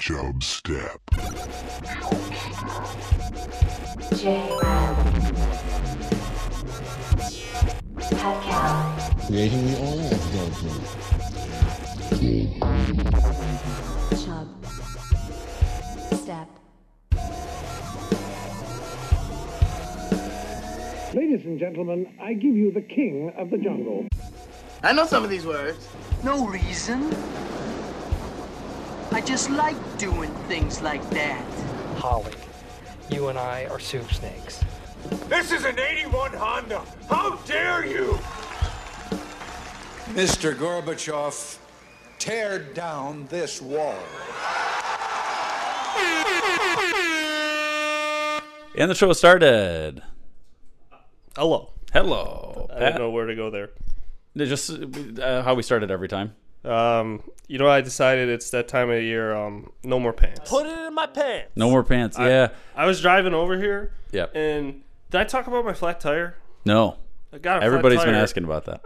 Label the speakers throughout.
Speaker 1: Job Step.
Speaker 2: J Rob. Pascal.
Speaker 3: creating the oil of
Speaker 2: Chub. Step.
Speaker 4: Ladies and gentlemen, I give you the king of the jungle.
Speaker 5: I know some of these words.
Speaker 6: No reason. I just like doing things like that.
Speaker 7: Holly, you and I are soup snakes.
Speaker 8: This is an 81 Honda. How dare you?
Speaker 9: Mr. Gorbachev, tear down this wall.
Speaker 10: And the show started.
Speaker 11: Hello.
Speaker 10: Hello.
Speaker 11: I
Speaker 10: Pat.
Speaker 11: don't know where to go there.
Speaker 10: No, Just uh, how we started every time.
Speaker 11: Um, you know, I decided it's that time of year. Um, no more pants.
Speaker 7: Put it in my pants.
Speaker 10: No more pants. Oh, yeah.
Speaker 11: I was driving over here.
Speaker 10: Yep.
Speaker 11: And did I talk about my flat tire?
Speaker 10: No.
Speaker 11: I got a
Speaker 10: Everybody's
Speaker 11: flat
Speaker 10: been
Speaker 11: tire.
Speaker 10: asking about that.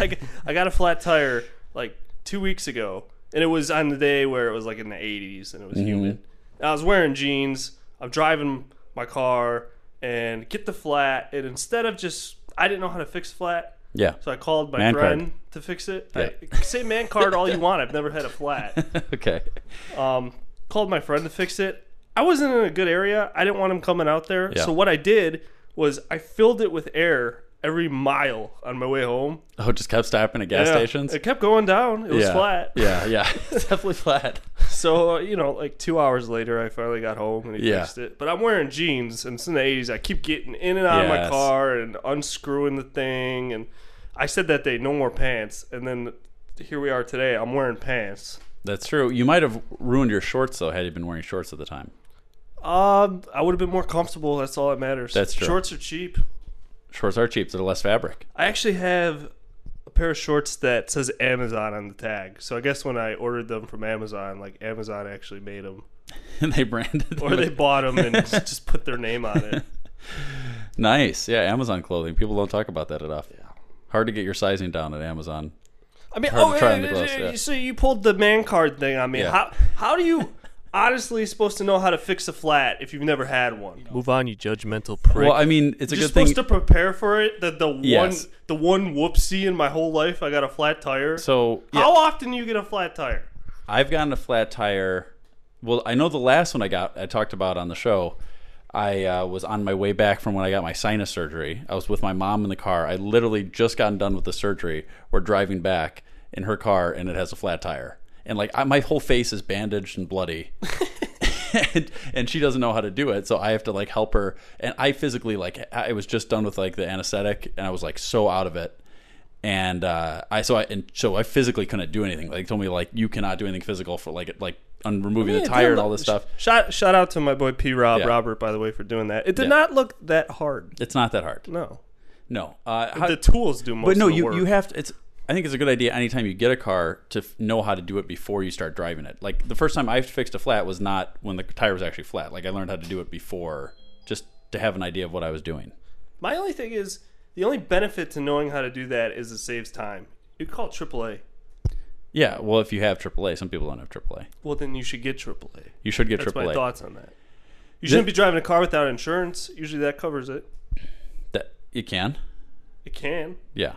Speaker 11: I g- I got a flat tire like two weeks ago, and it was on the day where it was like in the 80s and it was
Speaker 10: Mm-hmm.
Speaker 11: humid. And I was wearing jeans. I'm driving my car and get the flat, and instead of just I didn't know how to fix flat,
Speaker 10: Yeah.
Speaker 11: so I called my
Speaker 10: Man card.
Speaker 11: friend to fix it.
Speaker 10: Yeah.
Speaker 11: I, say man card all you want. I've never had a flat.
Speaker 10: okay.
Speaker 11: Um, called my friend to fix it. I wasn't in a good area. I didn't want him coming out there.
Speaker 10: Yeah.
Speaker 11: So what I did was I filled it with air every mile on my way home.
Speaker 10: Oh, it just kept stopping at gas
Speaker 11: Yeah.
Speaker 10: stations.
Speaker 11: It kept going down. It was
Speaker 10: yeah.
Speaker 11: flat.
Speaker 10: Yeah. Yeah. It's definitely flat.
Speaker 11: So uh, you know, like two hours later, I finally got home and he
Speaker 10: Yeah.
Speaker 11: fixed it. But I'm wearing jeans, and it's in the '80s. I keep getting in and out of
Speaker 10: Yes.
Speaker 11: my car and unscrewing the thing. And I said that day, no more pants. And then here we are today. I'm wearing pants.
Speaker 10: That's true. You might have ruined your shorts though had you been wearing shorts at the time.
Speaker 11: Um, I would have been more comfortable. That's all that matters.
Speaker 10: That's true.
Speaker 11: Shorts are cheap.
Speaker 10: Shorts are cheap. They're less fabric.
Speaker 11: I actually have a pair of shorts that says Amazon on the tag. So I guess when I ordered them from Amazon, like Amazon actually made them,
Speaker 10: And they branded. them
Speaker 11: or they
Speaker 10: with-
Speaker 11: bought them and just put their name on it.
Speaker 10: Nice. Yeah. Amazon clothing. People don't talk about that enough. Yeah. Hard to get your sizing down at Amazon.
Speaker 11: I mean,
Speaker 10: Hard to
Speaker 11: oh,
Speaker 10: try
Speaker 11: yeah,
Speaker 10: on the gloves,
Speaker 11: yeah,
Speaker 10: yeah.
Speaker 11: so you pulled the man card thing on me.
Speaker 10: Yeah.
Speaker 11: How how do you honestly supposed to know how to fix a flat if you've never had one?
Speaker 7: Move on, you judgmental prick.
Speaker 10: Well, I mean, it's a
Speaker 11: You're
Speaker 10: good thing.
Speaker 11: supposed to prepare for it. The the
Speaker 10: Yes.
Speaker 11: one the one whoopsie in my whole life, I got a flat tire.
Speaker 10: so yeah.
Speaker 11: how often do you get a flat tire?
Speaker 10: I've gotten a flat tire. Well, I know the last one I got, I talked about on the show. I uh, was on my way back from when I got my sinus surgery. I was with my mom in the car. I literally just gotten done with the surgery. We're driving back in her car, and it has a flat tire. And like I, my whole face is bandaged and bloody, and, and she doesn't know how to do it. So I have to like help her. And I physically like I was just done with like the anesthetic, and I was like so out of it and uh, I so I and so I physically couldn't do anything. Like they told me like you cannot do anything physical for like like on removing the tire and all this stuff.
Speaker 11: Shout shout out to my boy P Rob
Speaker 10: Yeah.
Speaker 11: Robert by the way for doing that. It did
Speaker 10: Yeah.
Speaker 11: not look that hard.
Speaker 10: It's not that hard.
Speaker 11: No,
Speaker 10: No, uh, how,
Speaker 11: the tools do most.
Speaker 10: but no,
Speaker 11: of the
Speaker 10: you
Speaker 11: work.
Speaker 10: you have to. It's I think it's a good idea anytime you get a car to f- know how to do it before you start driving it. Like the first time I fixed a flat was not when the tire was actually flat. Like I learned how to do it before just to have an idea of what I was doing.
Speaker 11: My only thing is the only benefit to knowing how to do that is it saves time. You call AAA.
Speaker 10: Yeah, well, if you have AAA, some people don't have AAA.
Speaker 11: Well, then you should get AAA.
Speaker 10: You should get
Speaker 11: That's
Speaker 10: AAA.
Speaker 11: my thoughts on that. You shouldn't be driving a car without insurance. Usually that covers it.
Speaker 10: That you can.
Speaker 11: It can.
Speaker 10: Yeah.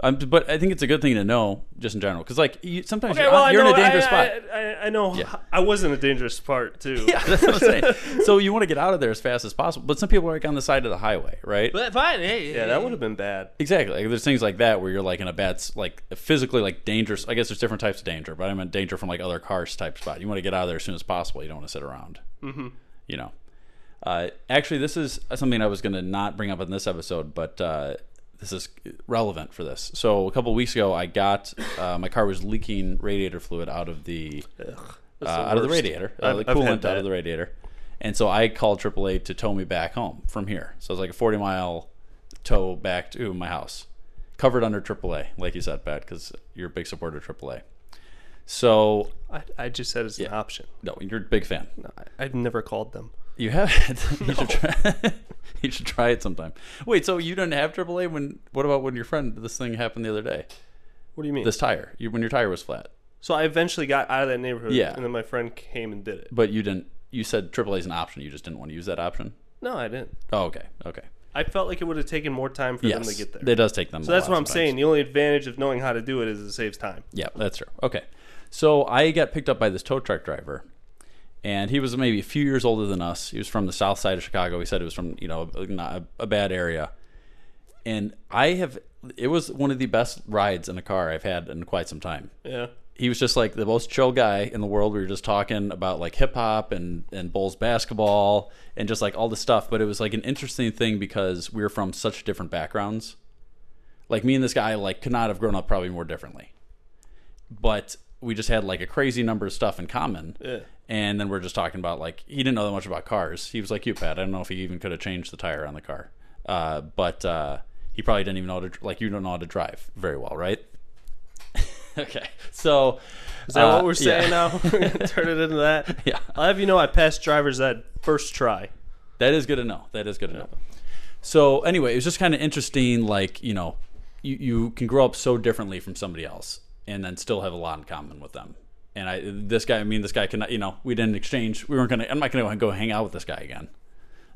Speaker 10: Um, but I think it's a good thing to know just in general because like you, sometimes
Speaker 11: Okay,
Speaker 10: you're,
Speaker 11: well, I
Speaker 10: uh, you're
Speaker 11: know,
Speaker 10: in a dangerous
Speaker 11: I,
Speaker 10: spot.
Speaker 11: I, I, I know.
Speaker 10: Yeah.
Speaker 11: I was in a dangerous part too.
Speaker 10: yeah, that's what I'm saying. so you want to get out of there as fast as possible. But some people are like on the side of the highway, right?
Speaker 7: but fine. Hey,
Speaker 11: Yeah, that would have been bad.
Speaker 10: exactly. Like, there's things like that where you're like in a bad, s- like physically like dangerous. I guess there's different types of danger, but I'm in danger from like other cars type spot. You want to get out of there as soon as possible. You don't want to sit around. Mm-hmm. You know. Uh, actually, this is something I was going to not bring up in this episode, but uh, this is relevant for this. So a couple weeks ago, I got uh, my car was leaking radiator fluid out of the uh, out of the
Speaker 11: worst.
Speaker 10: radiator, uh,
Speaker 11: I've-
Speaker 10: the
Speaker 11: I've had
Speaker 10: coolant out
Speaker 11: that.
Speaker 10: of the radiator. And so I called AAA to tow me back home from here. So it's like a 40 mile tow back to my house, covered under AAA, like you said, Pat, because you're a big supporter of AAA. So
Speaker 11: I, I just said it's an option.
Speaker 10: no, you're a big fan.
Speaker 11: I, I've never called them.
Speaker 10: You have it. you, should try, you should try it sometime. Wait, so you didn't have AAA when? What about when your friend? This thing happened the other day.
Speaker 11: What do you mean?
Speaker 10: This tire. You, when your tire was flat.
Speaker 11: So I eventually got out of that neighborhood.
Speaker 10: Yeah.
Speaker 11: And then my friend came and did it.
Speaker 10: But you didn't. You said AAA is an option. You just didn't want to use that option.
Speaker 11: No, I didn't.
Speaker 10: Oh, okay. Okay.
Speaker 11: I felt like it would have taken more time for
Speaker 10: Yes,
Speaker 11: them to get there.
Speaker 10: it does take them.
Speaker 11: so
Speaker 10: a
Speaker 11: that's
Speaker 10: while
Speaker 11: what I'm
Speaker 10: sometimes.
Speaker 11: saying. The only advantage of knowing how to do it is it saves time.
Speaker 10: Yeah, that's true. Okay. So I got picked up by this tow truck driver, and he was maybe a few years older than us. He was from the south side of Chicago. He said it was from, you know, not a, a bad area. And I have, it was one of the best rides in a car I've had in quite some time.
Speaker 11: Yeah.
Speaker 10: He was just like the most chill guy in the world. We were just talking about like hip hop and, and Bulls basketball and just like all this stuff. But it was like an interesting thing because we were from such different backgrounds. Like me and this guy like could not have grown up probably more differently but we just had like a crazy number of stuff in common. And then we're just talking about like he didn't know that much about cars. He was like you, Pat. I don't know if he even could have changed the tire on the car, uh, but uh, he probably didn't even know how to dr- like you don't know how to drive very well, right? okay, so
Speaker 11: Is that what
Speaker 10: Uh,
Speaker 11: we're
Speaker 10: yeah.
Speaker 11: saying now? We're gonna Turn it into that.
Speaker 10: Yeah.
Speaker 11: I'll have you know I passed driver's ed first try.
Speaker 10: That is good to know. That is good to know. So anyway, it was just kind of interesting. Like you know, you, you can grow up so differently from somebody else, and then still have a lot in common with them. And I, this guy, I mean, this guy cannot. You know, we didn't exchange. We weren't gonna. I'm not gonna go hang out with this guy again.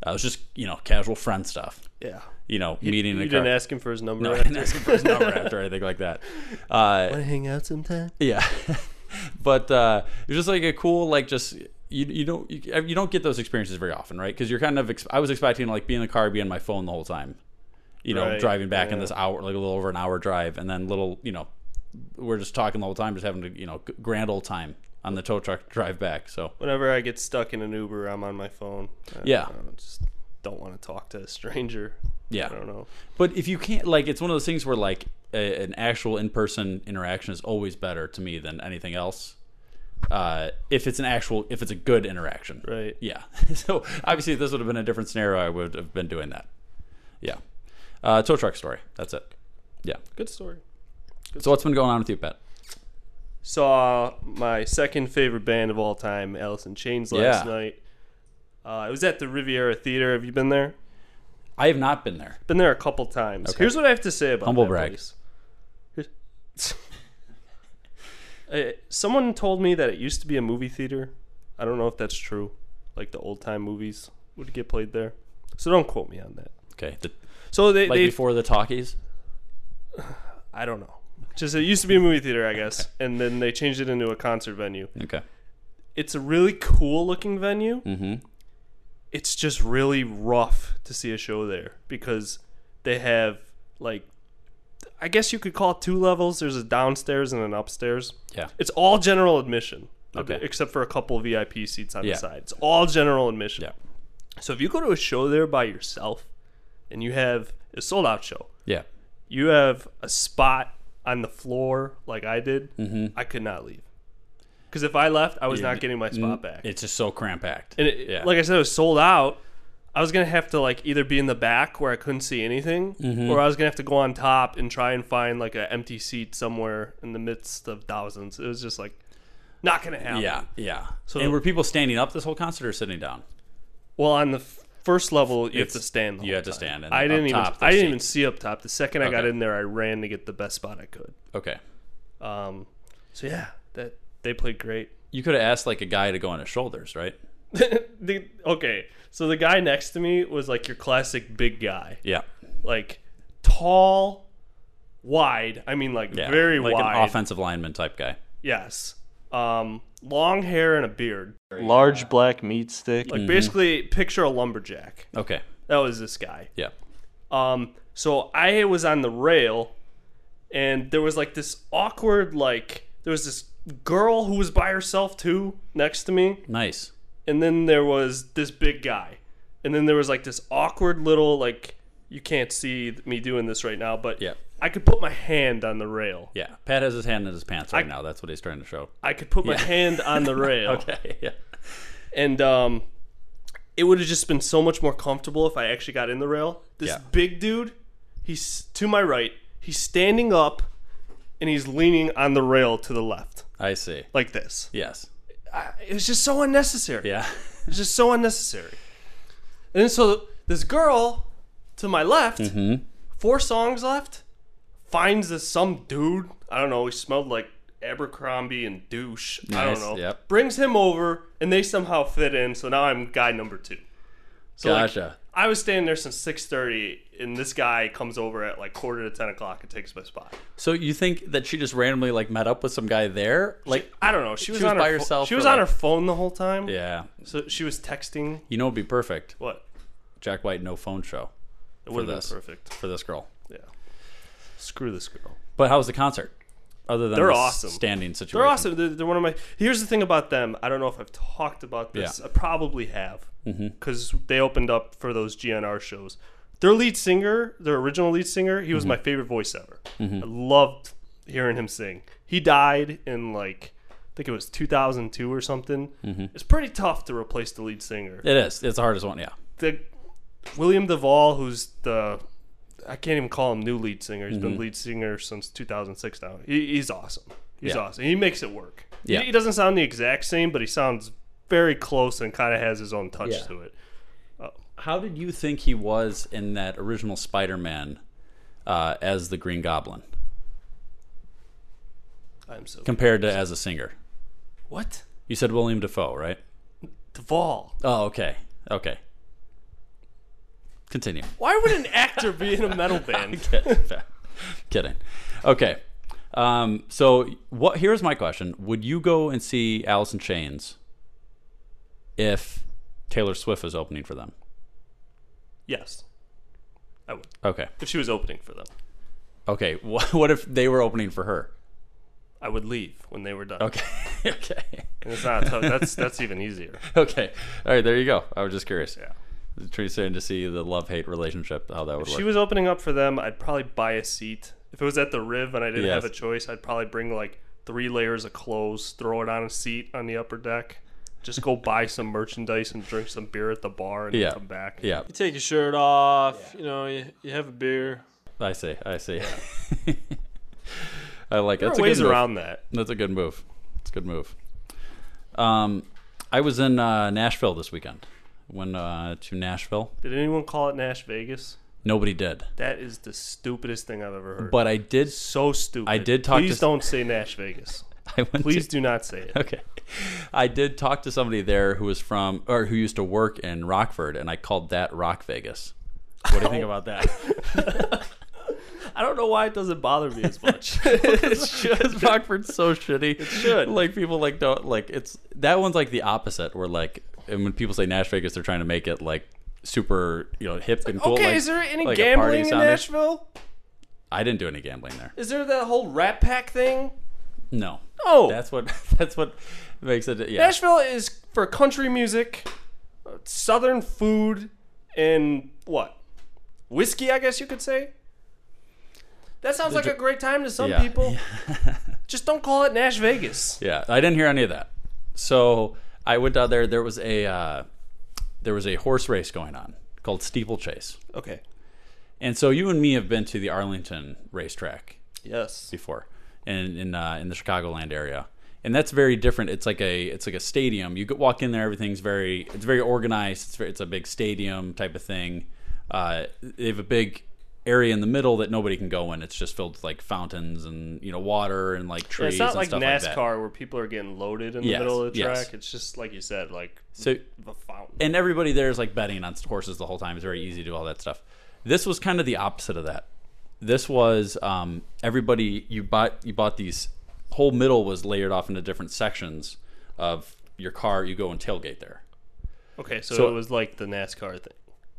Speaker 10: Uh, it was just you know casual friend stuff.
Speaker 11: Yeah.
Speaker 10: You know, meeting. in
Speaker 11: You
Speaker 10: a
Speaker 11: didn't
Speaker 10: car.
Speaker 11: ask him for his number.
Speaker 10: No, I
Speaker 11: after.
Speaker 10: didn't ask him for his number after anything like that. Uh,
Speaker 11: Wanna hang out sometime?
Speaker 10: yeah, but uh, it was just like a cool, like just you you don't you, you don't get those experiences very often, right? Because you're kind of ex- I was expecting like be in the car, be on my phone the whole time, you know,
Speaker 11: Right,
Speaker 10: driving back in
Speaker 11: yeah.
Speaker 10: this hour, like a little over an hour drive, and then little you know, we're just talking the whole time, just having a you know g- grand old time on the tow truck drive back. So
Speaker 11: Whenever I get stuck in an Uber, I'm on my phone. I,
Speaker 10: Yeah.
Speaker 11: I don't- just don't want to talk to a stranger.
Speaker 10: Yeah.
Speaker 11: I don't know.
Speaker 10: But if you can't, like, it's one of those things where, like, a, an actual in person interaction is always better to me than anything else. Uh, if it's an actual, if it's a good interaction.
Speaker 11: Right.
Speaker 10: Yeah. so obviously, if this would have been a different scenario, I would have been doing that. Yeah. Uh, tow truck story. That's it. Yeah.
Speaker 11: Good story.
Speaker 10: So what's been going on with you, Pat?
Speaker 11: Saw my second favorite band of all time, Alice in Chains, last
Speaker 10: Yeah.
Speaker 11: night. Uh, it was at the Riviera Theater. Have you been there?
Speaker 10: I have not been there.
Speaker 11: Been there a couple times. Here's what I have to say about
Speaker 10: Humble
Speaker 11: that
Speaker 10: brag.
Speaker 11: place. Uh, Someone told me that it used to be a movie theater. I don't know if that's true. Like the old time movies would get played there. So don't quote me on that.
Speaker 10: Okay. The,
Speaker 11: So they,
Speaker 10: like
Speaker 11: they
Speaker 10: before the talkies?
Speaker 11: I don't know. Just it used to be a movie theater, I guess, and then they changed it into a concert venue.
Speaker 10: Okay.
Speaker 11: It's a really cool looking venue. Mm-hmm. It's just really rough to see a show there because they have like, I guess you could call it two levels. There's a downstairs and an upstairs.
Speaker 10: Yeah.
Speaker 11: It's all general admission,
Speaker 10: Okay.
Speaker 11: except for a couple VIP seats on
Speaker 10: Yeah.
Speaker 11: the side. It's all general admission.
Speaker 10: Yeah.
Speaker 11: So if you go to a show there by yourself, and you have a sold out show,
Speaker 10: Yeah.
Speaker 11: you have a spot on the floor like I did,
Speaker 10: Mm-hmm.
Speaker 11: I could not leave. Because if I left, I was not getting my spot back.
Speaker 10: mm, It's just so cramp packed.
Speaker 11: and it,
Speaker 10: yeah.
Speaker 11: like I said, it was sold out. I was gonna have to like either be in the back where I couldn't see anything,
Speaker 10: Mm-hmm.
Speaker 11: or I was gonna have to go on top and try and find like an empty seat somewhere in the midst of thousands. It was just like not gonna happen.
Speaker 10: yeah. Yeah.
Speaker 11: So-
Speaker 10: and were people standing up this whole concert or sitting down?
Speaker 11: Well, on the f- first level, you
Speaker 10: It's-
Speaker 11: have to stand. The
Speaker 10: you
Speaker 11: whole
Speaker 10: have to
Speaker 11: time.
Speaker 10: stand, and
Speaker 11: I
Speaker 10: up
Speaker 11: didn't even.
Speaker 10: top,
Speaker 11: I
Speaker 10: there's
Speaker 11: didn't even
Speaker 10: seats.
Speaker 11: see up top. The second I got
Speaker 10: Okay.
Speaker 11: in there, I ran to get the best spot I could.
Speaker 10: Okay.
Speaker 11: Um, so yeah, that they played great.
Speaker 10: You could have asked like a guy to go on his shoulders, right?
Speaker 11: The, okay, so the guy next to me was like your classic big guy,
Speaker 10: Yeah.
Speaker 11: like tall, wide. I mean, like
Speaker 10: Yeah.
Speaker 11: very
Speaker 10: like
Speaker 11: wide.
Speaker 10: an offensive lineman type guy.
Speaker 11: Yes. Um, long hair and a beard. Large black meat stick.
Speaker 10: Mm-hmm.
Speaker 11: Like basically, picture a lumberjack.
Speaker 10: Okay.
Speaker 11: That was this guy.
Speaker 10: Yeah.
Speaker 11: Um, so I was on the rail, and there was like this awkward, like there was this girl who was by herself too next to me.
Speaker 10: Nice.
Speaker 11: and then there was this big guy and then there was like this awkward little like you can't see me doing this right now but
Speaker 10: Yeah.
Speaker 11: i could put my hand on the rail
Speaker 10: Yeah. Pat has his hand in his pants right
Speaker 11: I-
Speaker 10: now. That's what he's trying to show.
Speaker 11: i could put my hand on the rail
Speaker 10: Okay. Yeah.
Speaker 11: and um it would have just been so much more comfortable if i actually got in the rail this
Speaker 10: Yeah.
Speaker 11: big dude he's to my right he's standing up and he's leaning on the rail to the left
Speaker 10: I see.
Speaker 11: like this
Speaker 10: Yes.
Speaker 11: it was just so unnecessary
Speaker 10: Yeah.
Speaker 11: It's just so unnecessary. And then so this girl to my left,
Speaker 10: Mm-hmm.
Speaker 11: four songs left, finds this some dude. I don't know. He smelled like Abercrombie and douche. I
Speaker 10: Nice,
Speaker 11: don't know.
Speaker 10: yep.
Speaker 11: Brings him over, and they somehow fit in. So now I'm guy number two. So like,
Speaker 10: Gotcha.
Speaker 11: I was standing there since six thirty, and this guy comes over at like quarter to ten o'clock and takes my spot.
Speaker 10: So you think that she just randomly like met up with some guy there? Like,
Speaker 11: I don't know. She was,
Speaker 10: was
Speaker 11: on
Speaker 10: by
Speaker 11: her pho-
Speaker 10: herself
Speaker 11: She
Speaker 10: for,
Speaker 11: was on
Speaker 10: like-
Speaker 11: her phone the whole time.
Speaker 10: yeah,
Speaker 11: So she was texting.
Speaker 10: you know, it'd be perfect.
Speaker 11: What?
Speaker 10: Jack White no phone show
Speaker 11: It would have
Speaker 10: this.
Speaker 11: been perfect.
Speaker 10: for this girl.
Speaker 11: Yeah. Screw this girl.
Speaker 10: But how was the concert? Other than
Speaker 11: They're
Speaker 10: the
Speaker 11: awesome.
Speaker 10: standing situation,
Speaker 11: They're awesome. They're, they're one of my. Here's the thing about them. I don't know if I've talked about this.
Speaker 10: Yeah. Mm-hmm.
Speaker 11: I probably have because they opened up for those GNR shows. Their lead singer, their original lead singer,
Speaker 10: Mm-hmm.
Speaker 11: he was my favorite voice ever. I loved hearing him sing. He died in like I think it was 2002 or something.
Speaker 10: Mm-hmm.
Speaker 11: It's pretty tough to replace the lead singer.
Speaker 10: It is. It's the hardest one. Yeah,
Speaker 11: the William Duvall, who's the I can't even call him new lead singer. He's
Speaker 10: Mm-hmm.
Speaker 11: been lead singer since 2006. Now he, he's awesome. He's
Speaker 10: Yeah.
Speaker 11: awesome. He makes it work. He-
Speaker 10: Yeah.
Speaker 11: He, doesn't sound the exact same, but he sounds very close and kind of has his own touch
Speaker 10: Yeah.
Speaker 11: to it.
Speaker 10: How did you think he was in that original Spider-Man uh, as the Green Goblin
Speaker 11: I'm so
Speaker 10: compared to as a singer?
Speaker 11: what
Speaker 10: You said William Defoe, right?
Speaker 11: Duvall?
Speaker 10: Oh, okay, okay. Continue.
Speaker 11: Why would an actor be in a metal band?
Speaker 10: Kidding. Okay. Um, so what? Here's my question: Would you go and see Alice in Chains if Taylor Swift was opening for them?
Speaker 11: yes, I would.
Speaker 10: Okay.
Speaker 11: If she was opening for them,
Speaker 10: Okay. wh- What if they were opening for her?
Speaker 11: I would leave when they were done.
Speaker 10: Okay. okay.
Speaker 11: and it's not tough. That's that's even easier.
Speaker 10: Okay. All right. There you go. I was just curious.
Speaker 11: Yeah.
Speaker 10: It's pretty interesting to see the love hate relationship, how that would work.
Speaker 11: she was opening up for them, I'd probably buy a seat. If it was at the Riv and I didn't have
Speaker 10: Yes.
Speaker 11: a choice, I'd probably bring like three layers of clothes, throw it on a seat on the upper deck, just go buy some merchandise and drink some beer at the bar and then
Speaker 10: Yeah.
Speaker 11: come back.
Speaker 10: yeah.
Speaker 1: You take your shirt off, you know, you, you have a beer.
Speaker 10: I see. I see. I like it.
Speaker 11: There
Speaker 10: That's
Speaker 11: are
Speaker 10: a
Speaker 11: ways
Speaker 10: good move.
Speaker 11: around that.
Speaker 10: That's a good move. It's a good move. Um, I was in uh, Nashville this weekend. Went uh, to Nashville.
Speaker 11: Did anyone call it Nash Vegas?
Speaker 10: Nobody did,
Speaker 11: That is the stupidest thing I've ever heard.
Speaker 10: but I did.
Speaker 11: so stupid.
Speaker 10: I did talk
Speaker 11: Please
Speaker 10: to-
Speaker 11: don't say Nash Vegas.
Speaker 10: I went
Speaker 11: Please
Speaker 10: to-
Speaker 11: do not say it.
Speaker 10: Okay. I did talk to somebody there who was from or who used to work in Rockford, and I called that Rock Vegas. What do you
Speaker 11: Oh.
Speaker 10: think about that?
Speaker 11: I don't know why it doesn't bother me as much.
Speaker 10: it's just Rockford's so shitty. It
Speaker 11: should.
Speaker 10: Like people like don't like it's that one's like the opposite. Where like and when people say Nash Vegas, they're trying to make it like super you know hip and cool.
Speaker 11: okay,
Speaker 10: like-
Speaker 11: is there any
Speaker 10: like a party
Speaker 11: gambling in
Speaker 10: sounding.
Speaker 11: Nashville?
Speaker 10: I didn't do any gambling there.
Speaker 11: Is there that whole Rat Pack thing?
Speaker 10: No.
Speaker 11: Oh,
Speaker 10: That's what. That's what makes it. Yeah.
Speaker 11: Nashville is for country music, uh, southern food, and what? Whiskey, I guess you could say. That sounds like a great time to some
Speaker 10: Yeah.
Speaker 11: people. Just don't call it Nash Vegas.
Speaker 10: Yeah, I didn't hear any of that. So I went down there. There was a uh, there was a horse race going on called steeplechase,
Speaker 11: Okay.
Speaker 10: and so you and me have been to the Arlington racetrack
Speaker 11: Yes.
Speaker 10: before, in in uh, in the Chicagoland area, and that's very different. It's like a it's like a stadium. You could walk in there, everything's very it's very organized. It's very, it's a big stadium type of thing. Uh, they have a big area in the middle that nobody can go in. It's just filled with like fountains and you know water and like trees.
Speaker 11: it's not
Speaker 10: and
Speaker 11: like
Speaker 10: stuff Like
Speaker 11: NASCAR
Speaker 10: that.
Speaker 11: where people are getting loaded in the
Speaker 10: Yes,
Speaker 11: middle of the track.
Speaker 10: yes.
Speaker 11: It's just like you said, like
Speaker 10: So
Speaker 11: a fountain.
Speaker 10: and everybody there is like betting on horses the whole time. It's very easy to do all that stuff. This was kind of the opposite of that. This was um, everybody you bought you bought these whole middle was layered off into different sections of your car. You go and tailgate there.
Speaker 11: okay, so,
Speaker 10: so-
Speaker 11: it was like the NASCAR thing.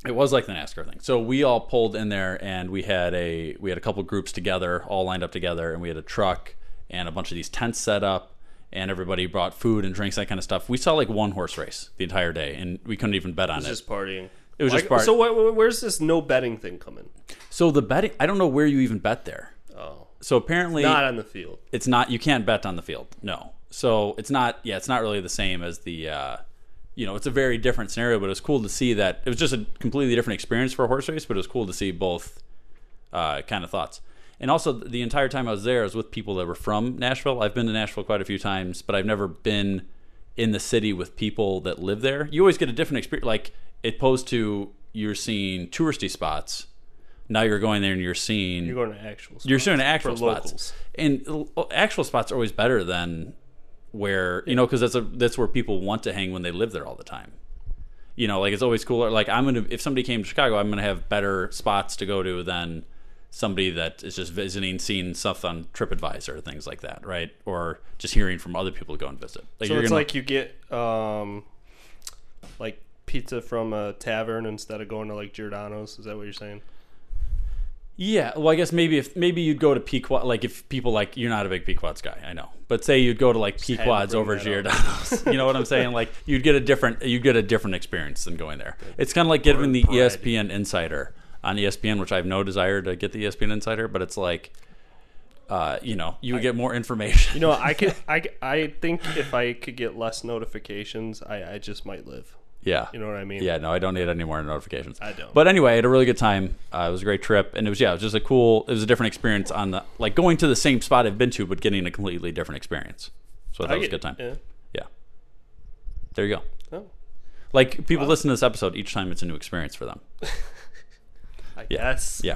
Speaker 10: It was like the NASCAR thing. So we all pulled in there and we had a we had a couple groups together, all lined up together, and we had a truck and a bunch of these tents set up and everybody brought food and drinks, that kind of stuff. We saw like one horse race the entire day and we couldn't even bet on it.
Speaker 11: Just partying.
Speaker 10: It was just
Speaker 11: Like,
Speaker 10: part-
Speaker 11: So wh- wh- where's this no betting thing coming?
Speaker 10: So the betting, I don't know where you even bet there.
Speaker 11: Oh,
Speaker 10: So apparently,
Speaker 11: not on the field.
Speaker 10: it's not you can't bet on the field. No. So it's not. Yeah, it's not really the same as the. Uh, you know, it's a very different scenario, but it was cool to see that it was just a completely different experience for a horse race. But it was cool to see both uh, kind of thoughts. And also, the entire time I was there, I was with people that were from Nashville. I've been to Nashville quite a few times, but I've never been in the city with people that live there. You always get a different experience, like opposed to you're seeing touristy spots Now you're going there and you're seeing
Speaker 11: You're going to actual. Spots
Speaker 10: you're showing actual
Speaker 11: for
Speaker 10: spots,
Speaker 11: locals.
Speaker 10: and l- actual spots are always better than where you know because that's a that's where people want to hang when they live there all the time. You know, like it's always cooler. Like I'm gonna if somebody came to Chicago, I'm gonna have better spots to go to than somebody that is just visiting, seeing stuff on TripAdvisor, things like that, right? Or just hearing from other people to go and visit. Like,
Speaker 11: So
Speaker 10: you're
Speaker 11: it's
Speaker 10: gonna-
Speaker 11: like you get um, like pizza from a tavern instead of going to like Giordano's. Is that what you're saying?
Speaker 10: Yeah, well, I guess maybe if maybe you'd go to Pequod, like if people like you're not a big Pequod's guy, I know, but say you'd go to like
Speaker 11: had to
Speaker 10: Pequod's
Speaker 11: bring
Speaker 10: over
Speaker 11: that
Speaker 10: Giordano's, you know what I'm saying? Like you'd get a different you'd get a different experience than going there. It's kind of like giving the E
Speaker 11: pride.
Speaker 10: ESPN Insider on E ESPN, which I have no desire to get the E ESPN Insider, but it's like, uh, you know, you would get more information.
Speaker 11: You know, I could. I I think if I could get less notifications, I I just might live.
Speaker 10: yeah,
Speaker 11: You know what I mean?
Speaker 10: Yeah, no, I don't need any more notifications. I
Speaker 11: don't.
Speaker 10: But anyway, I had a really good time. Uh, it was a great trip, and it was yeah, it was just a cool. It was a different experience on the like going to the same spot I've been to, but getting a completely different experience. So that
Speaker 11: I
Speaker 10: was a
Speaker 11: get-
Speaker 10: good time.
Speaker 11: Yeah.
Speaker 10: Yeah. There you go.
Speaker 11: Oh,
Speaker 10: Like people listen to this episode each time, it's a new experience for them.
Speaker 11: I guess.
Speaker 10: Yeah.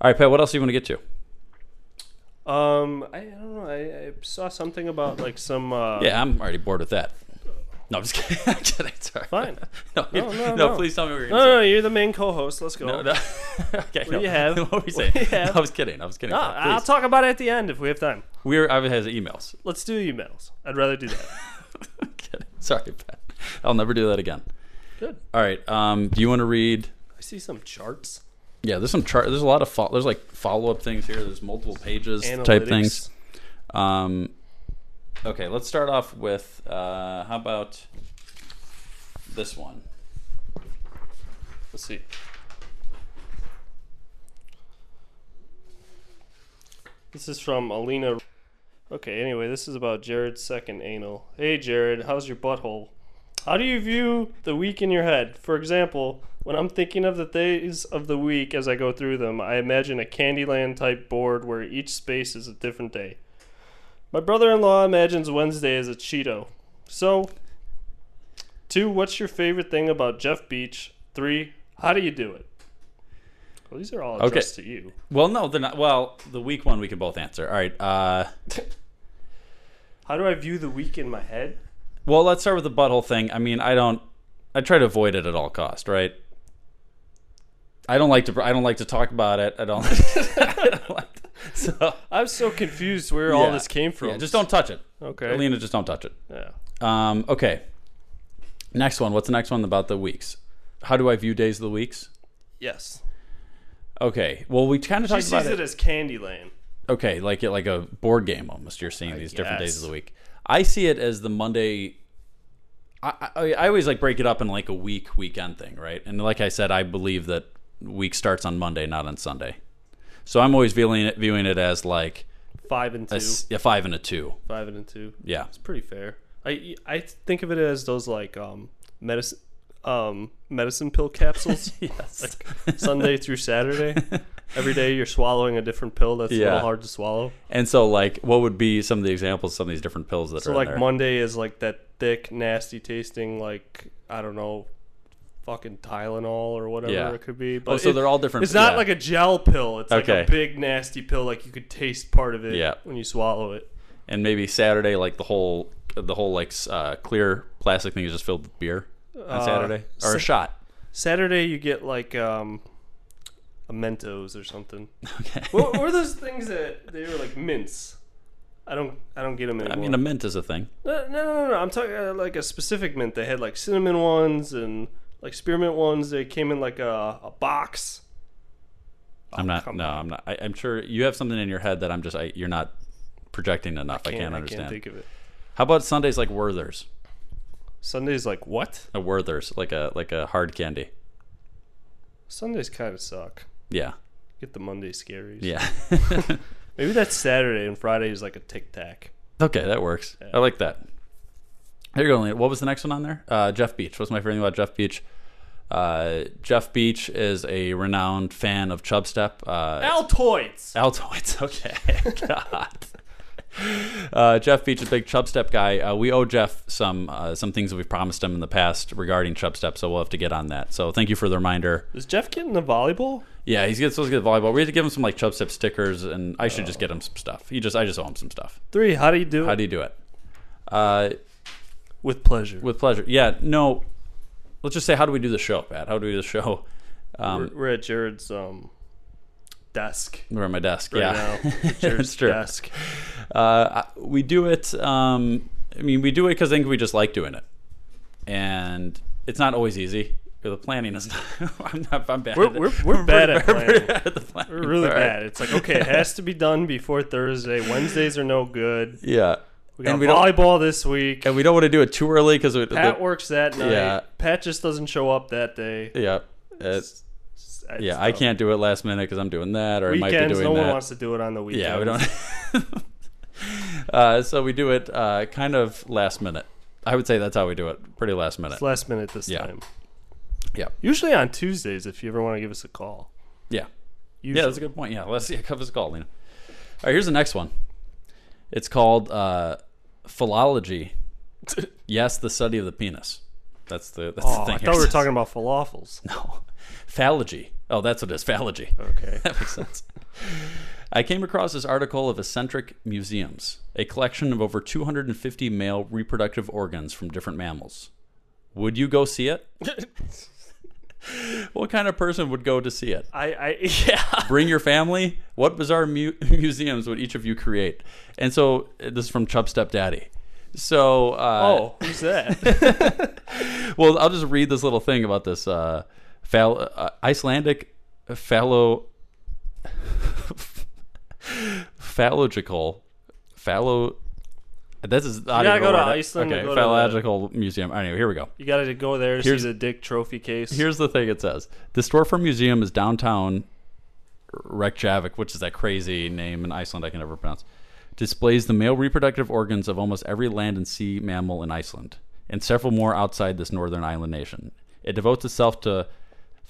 Speaker 10: All right, Pat. What else do you want to get to?
Speaker 11: Um, I, I don't know. I, I saw something about like some. Uh,
Speaker 10: Yeah, I'm already bored with that. No, I'm just kidding. I'm kidding. Sorry.
Speaker 11: Fine.
Speaker 10: No,
Speaker 11: No, no, no.
Speaker 10: Please tell me what you're
Speaker 11: No,
Speaker 10: going to
Speaker 11: no,
Speaker 10: say.
Speaker 11: no, you're the main co-host. Let's go.
Speaker 10: No, no. okay, what
Speaker 11: do you have?
Speaker 10: What were you saying?
Speaker 11: What do you have?
Speaker 10: No, I was kidding. I was kidding.
Speaker 11: No,
Speaker 10: Pat,
Speaker 11: I'll
Speaker 10: please.
Speaker 11: talk about it at the end if we have time.
Speaker 10: We're I has emails.
Speaker 11: Let's do emails. I'd rather do that.
Speaker 10: Kidding. Sorry, Pat. I'll never do that again.
Speaker 11: Good.
Speaker 10: All right. Um, do you want to read?
Speaker 11: I see some charts,
Speaker 10: Yeah, there's some chart. There's a lot of fo- there's like follow up things here. There's multiple pages
Speaker 11: analytics.
Speaker 10: type things. Um, okay, let's start off with uh, how about this one?
Speaker 11: Let's see. This is from Alina. Okay, anyway, this is about Jared's second anal. Hey, Jared, how's your butthole? How do you view the week in your head? For example, when I'm thinking of the days of the week as I go through them, I imagine a Candyland type board where each space is a different day. My brother in law imagines Wednesday as a Cheeto. So, Two, what's your favorite thing about Jeff Beach? Three, how do you do it? Well, these are all
Speaker 10: Okay.
Speaker 11: addressed to you.
Speaker 10: Well, no, they're not. Well, the week one we can both answer. All right. Uh,
Speaker 11: How do I view the week in my head?
Speaker 10: well, let's start with the butthole thing. I mean, I don't. I try to avoid it at all cost. Right. I don't like to. I don't like to talk about it. I don't. I don't like to- so.
Speaker 11: I'm so confused where all
Speaker 10: Yeah.
Speaker 11: this came from.
Speaker 10: Yeah, just don't touch it.
Speaker 11: Okay.
Speaker 10: Alina, just don't touch it.
Speaker 11: Yeah.
Speaker 10: Um, okay. Next one. What's the next one about the weeks? How do I view days of the weeks?
Speaker 11: Yes.
Speaker 10: Okay. Well, we kind of
Speaker 11: She
Speaker 10: talked about
Speaker 11: sees
Speaker 10: it.
Speaker 11: it as Candyland.
Speaker 10: okay, like it like a board game almost. You're seeing these different days
Speaker 11: guess.
Speaker 10: of the week. I see it as the Monday. I, I I always like break it up in like a week weekend thing, right? And like I said, I believe that week starts on Monday, not on Sunday. So I'm always viewing it viewing it as like
Speaker 11: Five and two.
Speaker 10: a, s- a five and a two.
Speaker 11: Five and a two.
Speaker 10: Yeah.
Speaker 11: It's pretty fair. I I think of it as those like um medicine um medicine pill capsules.
Speaker 10: Yes.
Speaker 11: Sunday through Saturday. Every day you're swallowing a different pill that's a
Speaker 10: Yeah.
Speaker 11: little hard to swallow.
Speaker 10: And so, like, what would be some of the examples of some of these different pills that
Speaker 11: So
Speaker 10: are in
Speaker 11: like
Speaker 10: there?
Speaker 11: Monday is like that thick, nasty tasting, like I don't know, fucking Tylenol or whatever
Speaker 10: Yeah. Oh,
Speaker 11: it could be.
Speaker 10: so
Speaker 11: it-
Speaker 10: they're all different-
Speaker 11: It's not
Speaker 10: yeah.
Speaker 11: like a gel pill. It's
Speaker 10: Okay.
Speaker 11: like a big nasty pill. Like you could taste part of it
Speaker 10: Yeah.
Speaker 11: when you swallow it.
Speaker 10: and maybe Saturday, like the whole the whole like s- uh, clear plastic thing is just filled with beer on Saturday or
Speaker 11: sa-
Speaker 10: a shot.
Speaker 11: Uh, Saturday you get like um, a Mentos or something. Okay. what were those things that they were like mints? I don't I don't get them anymore.
Speaker 10: I mean, a mint is a thing.
Speaker 11: No, no, no, no. I'm talking uh, like a specific mint. They had like cinnamon ones and like spearmint ones. They came in like a, a box.
Speaker 10: I'm not.
Speaker 11: come
Speaker 10: No, I'm not. I, I'm sure you have something in your head that I'm just. I, you're not projecting enough. I can't, understand.
Speaker 11: I can't think of it.
Speaker 10: How about Sundays like Werthers?
Speaker 11: Sunday's like what?
Speaker 10: A Werthers, like a like a hard candy.
Speaker 11: Sundays kind of suck.
Speaker 10: Yeah.
Speaker 11: Get the Monday scaries.
Speaker 10: Yeah.
Speaker 11: Maybe that's Saturday and Friday is like a tic tac.
Speaker 10: okay, that works. I like that. There you go. Lena. What was the next one on there? Uh, Jeff Beach. What's my favorite thing about Jeff Beach? Uh, Jeff Beach is a renowned fan of Chubstep. Uh,
Speaker 11: Altoids.
Speaker 10: Altoids. Okay. God. Uh, Jeff featured big Chubstep guy. Uh, we owe Jeff some uh, some things that we've promised him in the past regarding Chubstep, so we'll have to get on that. So thank you for the reminder.
Speaker 11: Is Jeff getting the volleyball?
Speaker 10: Yeah, he's supposed to get volleyball. We have to give him some like Chubstep stickers, and I should just get him some stuff. He just I just owe him some stuff.
Speaker 11: Three. How do you do it?
Speaker 10: How do you do it? Uh,
Speaker 11: With pleasure.
Speaker 10: with pleasure. Yeah, no. Let's just say, how do we do the show, Pat? How do we do the show?
Speaker 11: we're, we're at Jared's um desk
Speaker 10: We're at my desk.
Speaker 11: right
Speaker 10: yeah,
Speaker 11: now. At
Speaker 10: That's
Speaker 11: Jared's
Speaker 10: true.
Speaker 11: desk.
Speaker 10: uh, I- we do it. Um, I mean, we do it because I think we just like doing it, and it's not always easy. The planning is not. I'm not. I'm bad.
Speaker 11: We're-
Speaker 10: at it.
Speaker 11: we're- we're bad at
Speaker 10: pretty
Speaker 11: planning.
Speaker 10: bad at the planning.
Speaker 11: We're really
Speaker 10: All right.
Speaker 11: bad. It's like okay, it has to be done before Thursday. Wednesdays are no good.
Speaker 10: Yeah.
Speaker 11: We got
Speaker 10: and we don't.
Speaker 11: volleyball this week.
Speaker 10: And we don't want to do it too early because
Speaker 11: Pat works that night.
Speaker 10: Yeah.
Speaker 11: Pat just doesn't show up that day.
Speaker 10: Yeah. It's-
Speaker 11: It's-
Speaker 10: yeah, I can't do it last minute because I'm doing that, or I might be
Speaker 11: Weekends,
Speaker 10: doing
Speaker 11: no
Speaker 10: that.
Speaker 11: one wants to do it on the weekend.
Speaker 10: Yeah, we don't. uh, so we do it uh, kind of last minute. I would say that's how we do it. Pretty last minute.
Speaker 11: It's last minute this
Speaker 10: Yeah.
Speaker 11: time.
Speaker 10: Yeah.
Speaker 11: Usually on Tuesdays, if you ever want to give us a call.
Speaker 10: yeah.
Speaker 11: Usually.
Speaker 10: Yeah, that's a good point. Yeah, let's yeah, cover this call, Lena. All right, here's the next one. It's called uh, philology. yes, the study of the penis. That's the that's
Speaker 11: Oh,
Speaker 10: the thing.
Speaker 11: I
Speaker 10: here.
Speaker 11: thought we were talking about falafels.
Speaker 10: no phallology. Oh, that's what it is. Phallology.
Speaker 11: Okay.
Speaker 10: That makes sense. I came across this article of eccentric museums, a collection of over 250 male reproductive organs from different mammals. Would you go see it? what kind of person would go to see it?
Speaker 11: I, I yeah.
Speaker 10: Bring your family? What bizarre mu- museums would each of you create? And so uh, this is from Chub Step Daddy. So, uh,
Speaker 11: Oh, who's that?
Speaker 10: well, I'll just read this little thing about this uh, phal- uh, Icelandic phallo phallogical phallo. This is I
Speaker 11: gotta
Speaker 10: don't even know
Speaker 11: go to
Speaker 10: where that-
Speaker 11: Iceland to
Speaker 10: Okay,
Speaker 11: go to
Speaker 10: phallological museum. Anyway, here we go.
Speaker 11: you got to go there to
Speaker 10: Here's-
Speaker 11: see the Dick Trophy case.
Speaker 10: Here's the thing it says. The storefront museum is downtown Reykjavik, which is that crazy name in Iceland I can never pronounce. Displays the male reproductive organs of almost every land and sea mammal in Iceland, and several more outside this northern island nation. It devotes itself to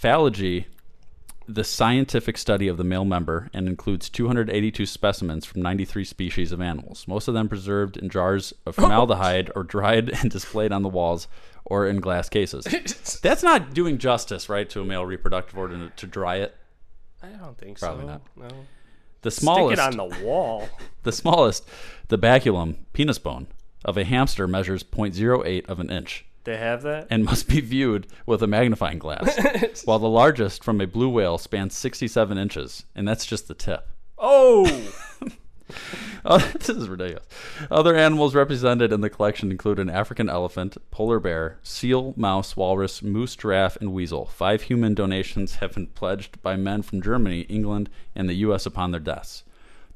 Speaker 10: phallology, the scientific study of the male member, and includes 282 specimens from 93 species of animals, most of them preserved in jars of formaldehyde or dried and displayed on the walls or in glass cases. That's not doing justice, right, to a male reproductive organ to dry it.
Speaker 11: I don't think
Speaker 10: Probably
Speaker 11: so.
Speaker 10: not.
Speaker 11: No.
Speaker 10: The smallest,
Speaker 11: Stick it on the wall.
Speaker 10: the smallest, the baculum, penis bone, of a hamster measures 0.08 of an inch
Speaker 11: They have that.
Speaker 10: and must be viewed with a magnifying glass, while the largest from a blue whale spans 67 inches, and that's just the tip.
Speaker 11: Oh,
Speaker 10: Oh, this is ridiculous. Other animals represented in the collection include an African elephant, polar bear, seal, mouse, walrus, moose, giraffe, and weasel. Five human donations have been pledged by men from Germany, England, and the U.S. upon their deaths.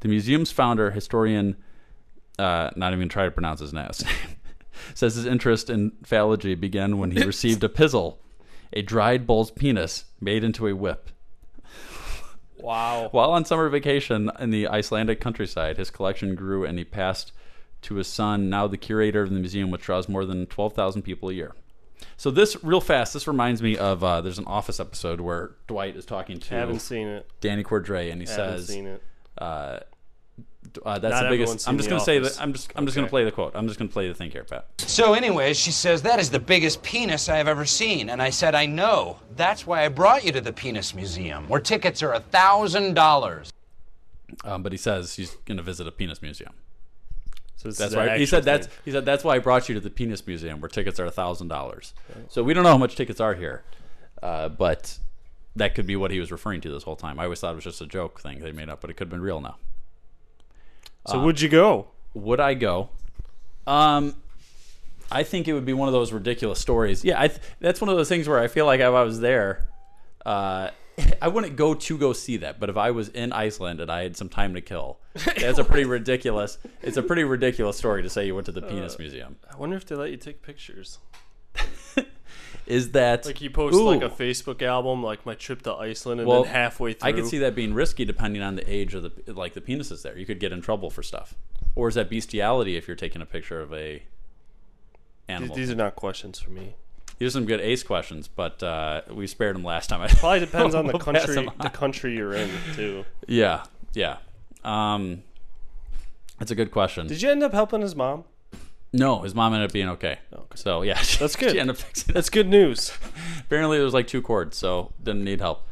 Speaker 10: The museum's founder, historian, uh, not even try to pronounce his last name, says his interest in phallology began when he received a pizzle, a dried bull's penis made into a whip.
Speaker 11: wow.
Speaker 10: While on summer vacation in the Icelandic countryside, his collection grew and he passed to his son, now the curator of the museum, which draws more than 12,000 people a year. So, this, real fast, this reminds me of uh, there's an Office episode where Dwight is talking to
Speaker 11: Haven't seen it.
Speaker 10: Danny Cordray and he
Speaker 11: Haven't
Speaker 10: says,
Speaker 11: seen it.
Speaker 10: Uh, That's
Speaker 11: Not
Speaker 10: the
Speaker 11: everyone's
Speaker 10: biggest.
Speaker 11: seen
Speaker 10: I'm just
Speaker 11: The
Speaker 10: going to say
Speaker 11: Office.
Speaker 10: that. I'm just, I'm just going to
Speaker 11: Okay.
Speaker 10: play the quote. I'm just going to play the thing here, Pat.
Speaker 12: So, anyway, she says, That is the biggest penis I have ever seen. And I said, I know. That's why I brought you to the Penis Museum, where tickets are a $1,000.
Speaker 10: Um, but he says he's going to visit a penis museum.
Speaker 11: So this
Speaker 10: That's
Speaker 11: is an
Speaker 10: why he
Speaker 11: actual
Speaker 10: said that's
Speaker 11: thing.
Speaker 10: he said that's why I brought you to the penis museum where tickets are thousand dollars. So we don't know how much tickets are here, uh, but that could be what he was referring to this whole time. I always thought it was just a joke thing they made up, but it could have been real now.
Speaker 11: So would you go?
Speaker 10: Would I go? Um, I think it would be one of those ridiculous stories. Yeah, I th- that's one of those things where I feel like if I was there, uh, I wouldn't go to go see that. But if I was in Iceland and I had some time to kill, that's a pretty ridiculous. It's a pretty ridiculous story to say you went to the penis
Speaker 11: Uh,
Speaker 10: museum.
Speaker 11: I wonder if they let you take pictures.
Speaker 10: is that
Speaker 11: Like you post like
Speaker 10: Ooh.
Speaker 11: a Facebook album, like my trip to Iceland, and
Speaker 10: Well,
Speaker 11: then halfway through,
Speaker 10: I could see that being risky depending on the age of the like the penises there. You could get in trouble for stuff. Or is that bestiality if you're taking a picture of a
Speaker 11: These,
Speaker 10: animal? These,
Speaker 11: these are not questions for me.
Speaker 10: are some good ace questions, but uh, we spared them last time.
Speaker 11: Probably depends on the
Speaker 10: We'll pass
Speaker 11: country,
Speaker 10: them on.
Speaker 11: the country you're in too.
Speaker 10: Yeah, yeah. Um, That's a good question.
Speaker 11: Did you end up helping his mom?
Speaker 10: No, his mom ended up being okay. So yeah,
Speaker 11: Oh, That's good.
Speaker 10: she ended up fixing it.
Speaker 11: That's good news.
Speaker 10: Apparently, there was like two cords, so didn't need help.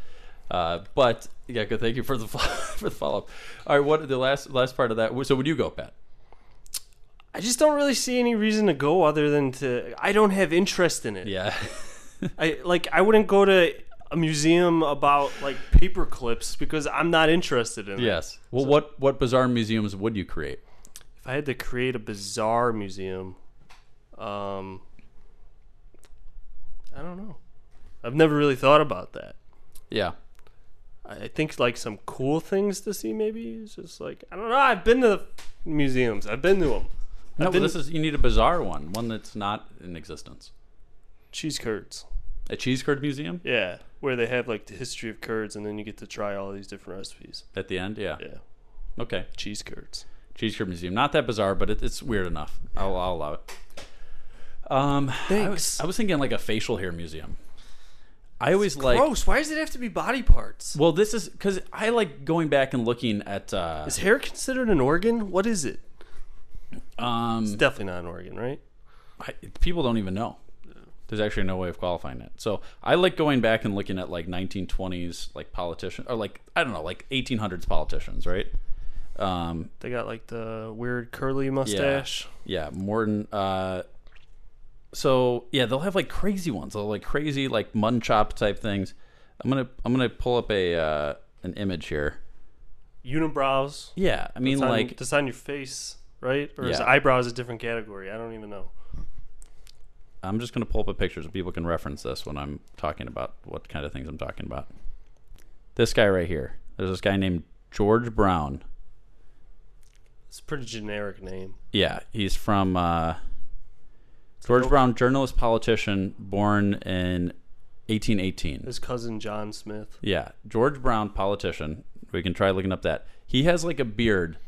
Speaker 10: Uh, but yeah, good. Thank you for the fo- for the follow up. All right, what the last last part of that? So would you go, Pat?
Speaker 11: I just don't really see any reason to go other than to. I don't have interest in it.
Speaker 10: Yeah.
Speaker 11: I like. I wouldn't go to a museum about like paper clips because I'm not interested in it.
Speaker 10: Yes. Well, what what bizarre museums would you create?
Speaker 11: If I had to create a bizarre museum, um, I don't know. I've never really thought about that.
Speaker 10: Yeah.
Speaker 11: I I think like some cool things to see. Maybe it's just like I don't know. I've been to the museums. I've been to them.
Speaker 10: No,
Speaker 11: I've been
Speaker 10: this is you need a bizarre one, one that's not in existence.
Speaker 11: cheese curds.
Speaker 10: A cheese curd museum
Speaker 11: Yeah, where they have like the history of curds, and then you get to try all these different recipes.
Speaker 10: at the end. Yeah.
Speaker 11: Yeah,
Speaker 10: Okay.
Speaker 11: cheese curds.
Speaker 10: Cheese curd museum. Not that bizarre, but it, it's weird enough. I'll, I'll allow it. Um, I was,
Speaker 11: Thanks.
Speaker 10: I was thinking like a facial hair museum. I always like
Speaker 11: Gross. Why does it have to be body parts?
Speaker 10: Well, this is because I like going back and looking at. Uh,
Speaker 11: Is hair considered an organ? What is it?
Speaker 10: um,
Speaker 11: Definitely not an organ, right?
Speaker 10: I, people don't even know. There's actually no way of qualifying it. So I like going back and looking at like 1920s like politicians or like I don't know like 1800s politicians, right? Um,
Speaker 11: They got like the weird curly mustache.
Speaker 10: yeah, Morton. Uh, so yeah, they'll have like crazy ones. They'll like crazy like mutton chop type things. I'm gonna I'm gonna pull up a uh, an image here.
Speaker 11: Unibrows.
Speaker 10: Yeah, I mean
Speaker 11: It's on-
Speaker 10: like
Speaker 11: it's on your face, right? Or is
Speaker 10: Yeah.
Speaker 11: eyebrows a different category? I don't even know.
Speaker 10: I'm just going to pull up a picture so people can reference this when I'm talking about what kind of things I'm talking about. This guy right here. There's this guy named George Brown.
Speaker 11: It's a pretty generic name.
Speaker 10: Yeah, he's from uh, George Brown, journalist, politician, born in 1818.
Speaker 11: His cousin John Smith.
Speaker 10: Yeah, George Brown, politician. We can try looking up that. He has like a beard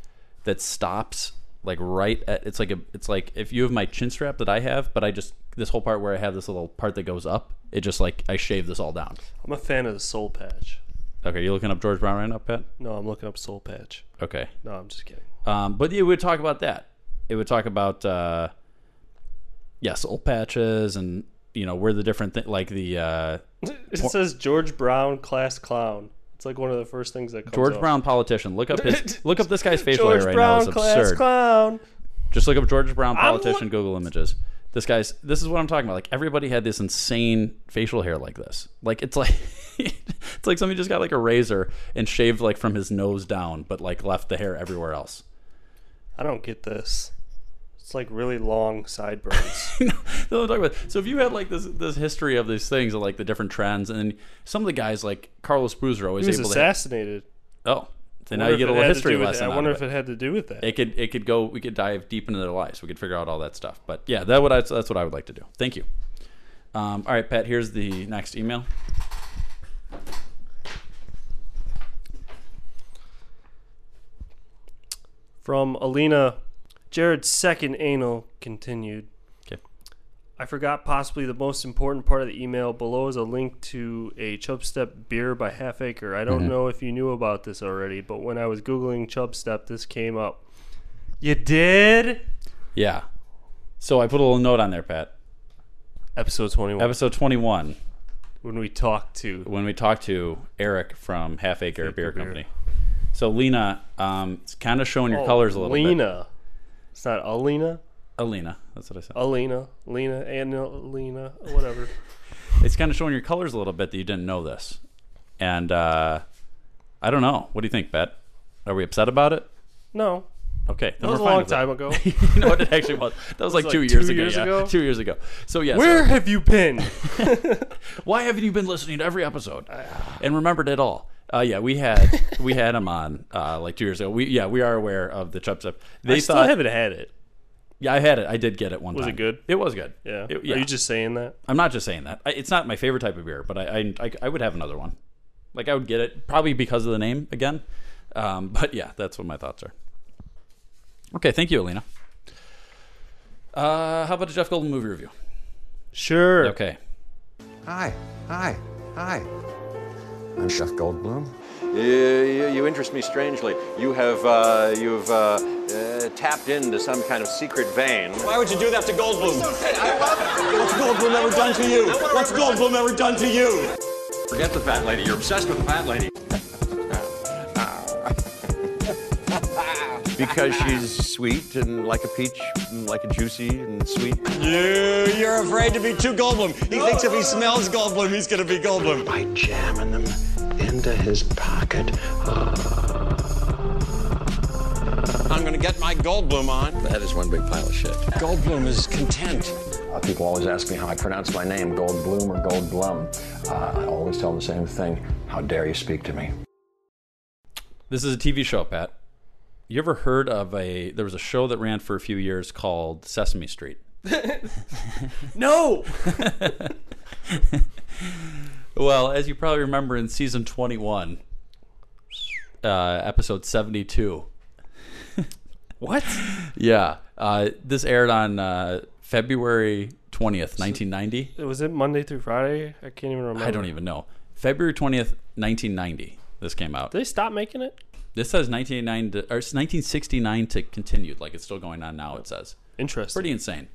Speaker 10: that stops like right at it's like a it's like if you have my chin strap that I have, but I just this whole part where I have this little part that goes up, it just like I shave this all down.
Speaker 11: I'm a fan of the Soul Patch.
Speaker 10: Okay, you looking up George Brown right now, Pat?
Speaker 11: No, I'm looking up Soul Patch.
Speaker 10: Okay.
Speaker 11: No, I'm just kidding.
Speaker 10: Um, but it would talk about that. It would talk about uh, yeah, soul patches and you know where the different thi- like the uh,
Speaker 11: It says George Brown class clown. It's like one of the first things that comes
Speaker 10: George
Speaker 11: up.
Speaker 10: Brown politician. Look up his look up this guy's facial
Speaker 11: George
Speaker 10: hair right
Speaker 11: Brown
Speaker 10: now. It's
Speaker 11: class
Speaker 10: absurd.
Speaker 11: clown.
Speaker 10: Just look up George Brown
Speaker 11: I'm
Speaker 10: politician.
Speaker 11: look-
Speaker 10: Google images. This guy's. This is what I'm talking about. Like everybody had this insane facial hair like this. Like it's like. It's like somebody just got like a razor and shaved like from his nose down, but like left the hair everywhere else.
Speaker 11: I don't get this. It's like really long sideburns.
Speaker 10: no, that's what I'm talking about. So if you had like this this history of these things and like the different trends, and then some of the guys like Carlos Boozer always
Speaker 11: he was
Speaker 10: able
Speaker 11: assassinated.
Speaker 10: to oh, so now
Speaker 11: Wonder
Speaker 10: you
Speaker 11: if
Speaker 10: get
Speaker 11: it
Speaker 10: a little
Speaker 11: had to
Speaker 10: history
Speaker 11: do with-
Speaker 10: lesson.
Speaker 11: I
Speaker 10: out
Speaker 11: wonder
Speaker 10: of
Speaker 11: if it had to do with that.
Speaker 10: it could it could go we could dive deep into their lives. We could figure out all that stuff. But yeah, that would I, that's what I would like to do. Thank you. Um, all right, Pat. Here's the next email.
Speaker 11: From Alina, Jared's second anal continued.
Speaker 10: Okay.
Speaker 11: I forgot possibly the most important part of the email. Below is a link to a Chubstep beer by Half Acre. I
Speaker 10: Mm-hmm.
Speaker 11: don't know if you knew about this already, but when I was Googling Chubstep, this came up. You did?
Speaker 10: Yeah. So I put a little note on there, Pat.
Speaker 11: Episode 21.
Speaker 10: Episode 21
Speaker 11: when we talked to.
Speaker 10: when we talked to Eric from Half Acre Beer
Speaker 11: Beer.
Speaker 10: Company. So Lena, um, it's kind of showing your
Speaker 11: Oh,
Speaker 10: colors a little bit.
Speaker 11: Lena. It's not Alina.
Speaker 10: Alina, that's what I said.
Speaker 11: Alina. Lena. Annalena. Whatever.
Speaker 10: it's kind of showing your colors a little bit that you didn't know this. And uh, I don't know. What do you think, Bet? Are we upset about it?
Speaker 11: no.
Speaker 10: Okay, then
Speaker 11: That was a
Speaker 10: we're fine
Speaker 11: long
Speaker 10: with it.
Speaker 11: time ago.
Speaker 10: you know what it actually was? That was like,
Speaker 11: like
Speaker 10: two,
Speaker 11: two
Speaker 10: years ago.
Speaker 11: years
Speaker 10: yeah.
Speaker 11: ago?
Speaker 10: Two years ago. So yeah. so-
Speaker 11: Where have you been?
Speaker 10: why haven't you been listening to every episode
Speaker 11: Uh,
Speaker 10: and remembered it all? Uh, yeah, we had we had him on uh, like two years ago. We yeah, we are aware of the Chubb stuff. They
Speaker 11: I still
Speaker 10: thought
Speaker 11: haven't had it.
Speaker 10: yeah, I had it. I did get it one
Speaker 11: Was it
Speaker 10: time.
Speaker 11: good?
Speaker 10: It was good.
Speaker 11: Yeah.
Speaker 10: It-
Speaker 11: Are you just saying that?
Speaker 10: I'm not just saying that. I, it's not my favorite type of beer, but I, I, I, I would have another one. Like I would get it probably because of the name again. Um, but yeah, that's what my thoughts are. Okay, thank you, Alina. Uh, how about a Jeff Goldblum movie review?
Speaker 11: Sure.
Speaker 10: Okay,
Speaker 9: Hi, hi, hi.
Speaker 13: I'm Jeff Goldblum.
Speaker 14: You, Uh, you, you interest me strangely. You have uh, you've uh, uh, tapped into some kind of secret vein.
Speaker 15: Why would you do that to Goldblum?
Speaker 14: What's Goldblum ever done to you? What's Goldblum ever done to you? Forget the fat lady. You're obsessed with the fat lady. because she's sweet and like a peach, and like a juicy and sweet.
Speaker 15: You, you're afraid to be too Goldblum. He thinks if he smells Goldblum, he's gonna be Goldblum.
Speaker 13: By jamming them into his pocket.
Speaker 15: Uh, I'm gonna get my Goldblum on.
Speaker 13: That is one big pile of shit.
Speaker 15: Goldblum is content.
Speaker 13: Uh, people always ask me how I pronounce my name, Goldblum or Goldblum. Uh, I always tell them the same thing. How dare you speak to me?
Speaker 10: This is a TV show, Pat. You ever heard of a? There was a show that ran for a few years called Sesame Street.
Speaker 11: no.
Speaker 10: well, as you probably remember, in season twenty-one, uh, episode seventy-two.
Speaker 11: what?
Speaker 10: Yeah, uh, this aired on uh, February twentieth, nineteen ninety.
Speaker 11: Was it Monday through Friday? I can't even remember.
Speaker 10: I don't even know. February twentieth, nineteen ninety. This came out.
Speaker 11: Did they stop making it?
Speaker 10: This says 1989 to, or it's 1969 to continued, like it's still going on now. It says
Speaker 11: interesting,
Speaker 10: pretty insane.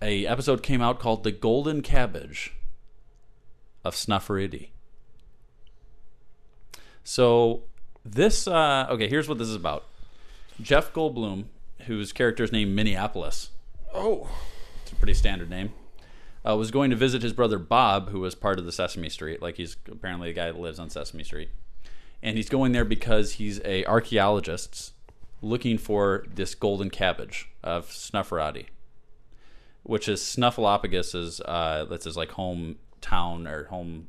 Speaker 10: A episode came out called "The Golden Cabbage" of E Snufferity. So this uh, okay, here's what this is about: Jeff Goldblum, whose character is named Minneapolis.
Speaker 11: Oh,
Speaker 10: it's a pretty standard name. Uh, was going to visit his brother Bob, who was part of the Sesame Street. Like he's apparently the guy that lives on Sesame Street and he's going there because he's a archaeologist looking for this golden cabbage of Snufferati, which is Snuffleopagus's uh, that's his like hometown or home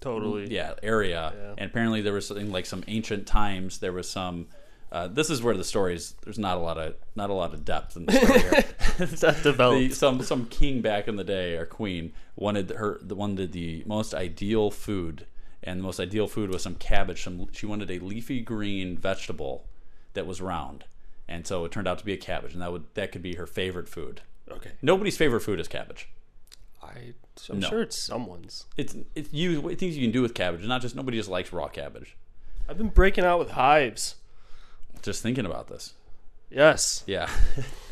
Speaker 11: totally
Speaker 10: yeah area. Yeah. And apparently there was something like some ancient times. There was some. Uh, this is where the stories. There's not a lot of not a lot of depth in the story. Here.
Speaker 11: it's not developed.
Speaker 10: The, some some king back in the day or queen wanted her the wanted the most ideal food and the most ideal food was some cabbage. Some she wanted a leafy green vegetable that was round, and so it turned out to be a cabbage, and that would that could be her favorite food.
Speaker 11: Okay.
Speaker 10: Nobody's favorite food is cabbage.
Speaker 11: I I'm no. sure it's someone's.
Speaker 10: It's it's you things you can do with cabbage. Not just nobody just likes raw cabbage.
Speaker 11: I've been breaking out with hives.
Speaker 10: Just thinking about this.
Speaker 11: Yes.
Speaker 10: Yeah.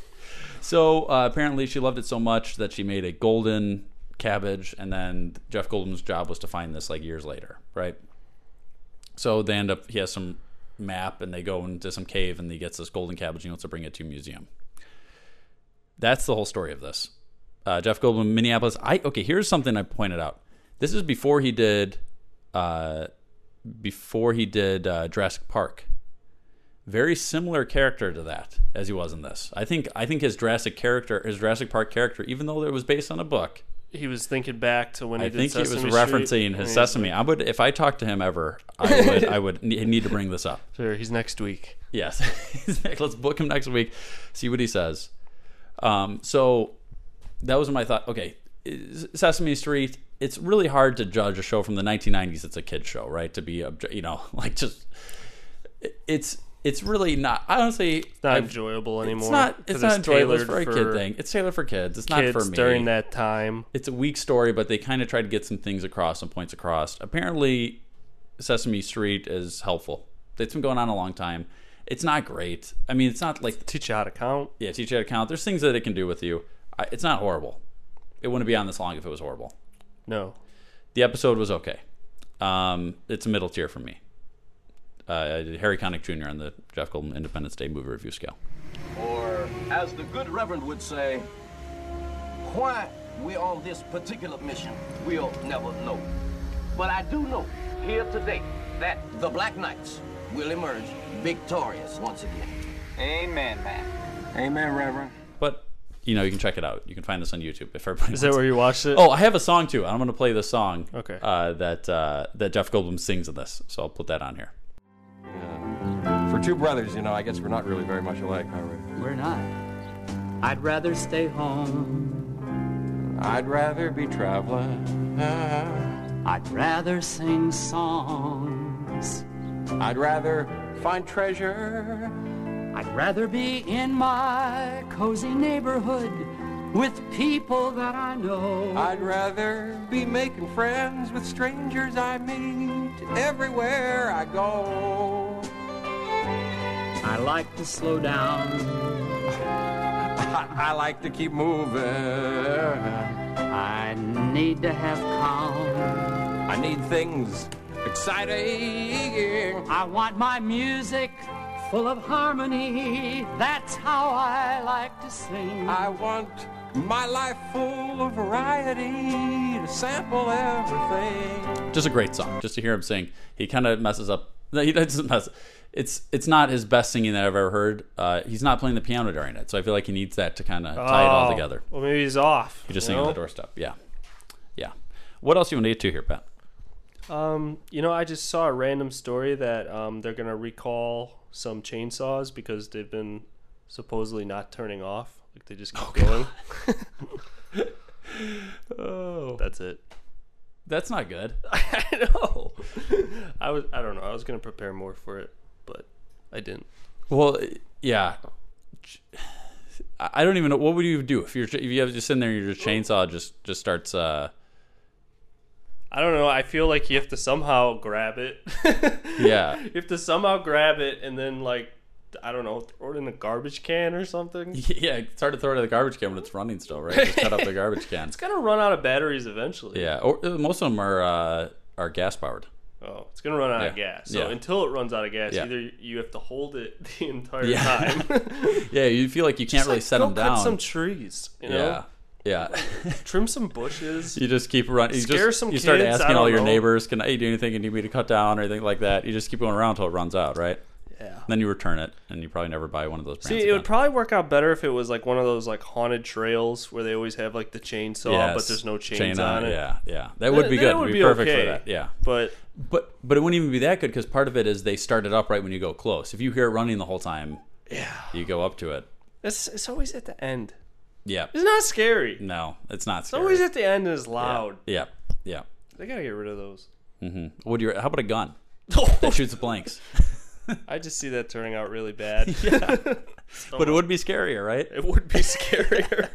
Speaker 10: so uh, apparently she loved it so much that she made a golden cabbage and then jeff goldblum's job was to find this like years later right so they end up he has some map and they go into some cave and he gets this golden cabbage and he wants to bring it to a museum that's the whole story of this uh, jeff goldblum minneapolis i okay here's something i pointed out this is before he did uh, before he did uh, Jurassic Park, very similar character to that as he was in this. I think I think his Jurassic character, his Jurassic Park character, even though it was based on a book,
Speaker 11: he was thinking back to when he
Speaker 10: I
Speaker 11: did
Speaker 10: think
Speaker 11: Sesame
Speaker 10: he was
Speaker 11: Street.
Speaker 10: referencing
Speaker 11: Yeah.
Speaker 10: his Sesame. I would, if I talked to him ever, I would, I would ne- need to bring this up.
Speaker 11: Sure, he's next week.
Speaker 10: Yes, let's book him next week. See what he says. Um, so that was my thought. Okay, is- Sesame Street. It's really hard to judge a show from the 1990s. It's a kid show, right? To be, obje- you know, like just it- it's it's really not. Honestly,
Speaker 11: It's not enjoyable anymore.
Speaker 10: It's not.
Speaker 11: 'cause
Speaker 10: It's not enjoyable
Speaker 11: tailored
Speaker 10: for a kid thing. It's tailored for kids. It's not
Speaker 11: kids
Speaker 10: for me.
Speaker 11: during that time.
Speaker 10: It's a weak story, but they kind of try to get some things across, some points across. Apparently, Sesame Street is helpful. It's been going on a long time. It's not great. I mean, it's not like
Speaker 11: teach you how to count.
Speaker 10: Yeah, teach you how to count. There's things that it can do with you. I, it's not horrible. It wouldn't be on this long if it was horrible.
Speaker 11: No.
Speaker 10: The episode was okay. Um, it's a middle tier for me. Uh, I did Harry Connick Jr. on the Jeff Goldblum Independence Day movie review scale.
Speaker 16: Or, as the good reverend would say, why we're on this particular mission, we'll never know. But I do know here today that the Black Knights will emerge victorious once again. Amen, man. Amen, Reverend.
Speaker 10: But you know, you can check it out. You can find this on YouTube if everybody.
Speaker 11: Is that
Speaker 10: wants
Speaker 11: where you watched it?
Speaker 10: Oh, I have a song too. I'm going to play this song.
Speaker 11: Okay.
Speaker 10: Uh, that uh, that Jeff Goldblum sings in this, so I'll put that on here.
Speaker 17: For two brothers, you know, I guess we're not really very much alike, are we?
Speaker 18: We're not. I'd rather stay home.
Speaker 17: I'd rather be traveling.
Speaker 18: I'd rather sing songs.
Speaker 17: I'd rather find treasure.
Speaker 18: I'd rather be in my cozy neighborhood with people that I know.
Speaker 19: I'd rather be making friends with strangers I meet everywhere I go.
Speaker 18: I like to slow down.
Speaker 19: I, I like to keep moving.
Speaker 18: I need to have calm.
Speaker 19: I need things exciting.
Speaker 18: I want my music full of harmony. That's how I like to sing.
Speaker 19: I want my life full of variety to sample everything.
Speaker 10: Just a great song. Just to hear him sing, he kind of messes up. No, he doesn't mess. It's it's not his best singing that I've ever heard. Uh, he's not playing the piano during it, so I feel like he needs that to kind of tie it all
Speaker 11: Oh,
Speaker 10: together.
Speaker 11: Well, maybe he's off.
Speaker 10: He just
Speaker 11: you
Speaker 10: singing on
Speaker 11: know?
Speaker 10: the doorstep. Yeah, yeah. What else you want to get to here, Pat?
Speaker 11: Um, you know, I just saw a random story that um, they're gonna recall some chainsaws because they've been supposedly not turning off. Like they
Speaker 10: Oh,
Speaker 11: just keep going. oh, that's it.
Speaker 10: That's not good.
Speaker 11: I know. I was. I don't know. I was gonna prepare more for it, but I didn't.
Speaker 10: Well, yeah. I I don't even know what would you do if you're if you have just sitting there, and your chainsaw just just starts. uh
Speaker 11: I don't know. I feel like you have to somehow grab it.
Speaker 10: Yeah.
Speaker 11: You have to somehow grab it and then like I don't know, throw it in a garbage can or something.
Speaker 10: Yeah, it's hard to throw it in the garbage can when it's running still, right? Just cut up the garbage can.
Speaker 11: It's gonna run out of batteries eventually.
Speaker 10: Yeah, or uh, most of them are uh, are gas powered.
Speaker 11: Oh, it's gonna run out of
Speaker 10: Yeah.
Speaker 11: gas. So
Speaker 10: Yeah.
Speaker 11: until it runs out of gas,
Speaker 10: Yeah.
Speaker 11: either you have to hold it the entire
Speaker 10: Yeah.
Speaker 11: time.
Speaker 10: yeah, you feel like you can't
Speaker 11: Just,
Speaker 10: really
Speaker 11: like,
Speaker 10: set
Speaker 11: go
Speaker 10: them
Speaker 11: cut
Speaker 10: down.
Speaker 11: some trees, you know?
Speaker 10: Yeah, yeah.
Speaker 11: Trim some bushes.
Speaker 10: You just keep running. You
Speaker 11: Scare
Speaker 10: just,
Speaker 11: some
Speaker 10: You start
Speaker 11: kids, I
Speaker 10: asking all
Speaker 11: don't
Speaker 10: your
Speaker 11: know.
Speaker 10: neighbors, "Can I do anything you need me to cut down or anything like that?" You just keep going around until it runs out, right?
Speaker 11: Yeah.
Speaker 10: Then you return it, and you probably never buy one of those brands.
Speaker 11: See, it would probably work out better if it was like one of those like haunted trails where they always have like the chainsaw, but
Speaker 10: Yes.
Speaker 11: there's no chains
Speaker 10: Chain
Speaker 11: on
Speaker 10: on it,
Speaker 11: it.
Speaker 10: yeah, yeah. That
Speaker 11: Then-
Speaker 10: would be
Speaker 11: then
Speaker 10: good.
Speaker 11: It would
Speaker 10: It'd
Speaker 11: be,
Speaker 10: be perfect for
Speaker 11: okay.
Speaker 10: that, yeah.
Speaker 11: but
Speaker 10: but but it wouldn't even be that good because part of it is they start it up right when you go close. If you hear it running the whole time,
Speaker 11: Yeah.
Speaker 10: you go up to it.
Speaker 11: it's it's always at the end.
Speaker 10: Yeah,
Speaker 11: It's not scary.
Speaker 10: no, it's not
Speaker 11: It's
Speaker 10: scary.
Speaker 11: always at the end and it's loud.
Speaker 10: yeah, yeah.
Speaker 11: They gotta get rid of those.
Speaker 10: hmm What do you? How about a gun that shoots blanks?
Speaker 11: I just see that turning out really bad.
Speaker 10: Yeah.
Speaker 11: So-
Speaker 10: But it would be scarier, right?
Speaker 11: It would be scarier.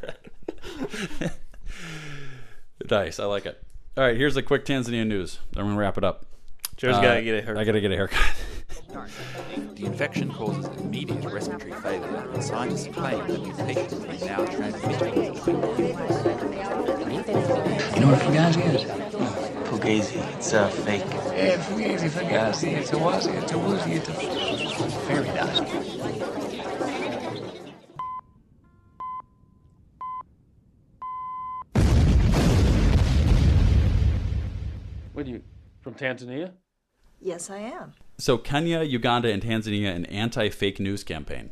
Speaker 10: nice. I like it. All right, here's the quick Tanzania news. I'm gonna wrap it up.
Speaker 11: Joe's gotta get a haircut.
Speaker 10: Uh, I gotta get a haircut.
Speaker 20: The infection causes immediate respiratory failure, and scientists claim the mutations may now transmit.
Speaker 18: You know what Fugazi is?
Speaker 20: Fugazi, it's a fake.
Speaker 18: Yeah, Fugazi, Fugazi, it's a wazzy, it's a woozy, it's a fairy dust.
Speaker 21: What are you from Tanzania?
Speaker 22: Yes, I am.
Speaker 10: So Kenya, Uganda, and Tanzania an anti-fake news campaign.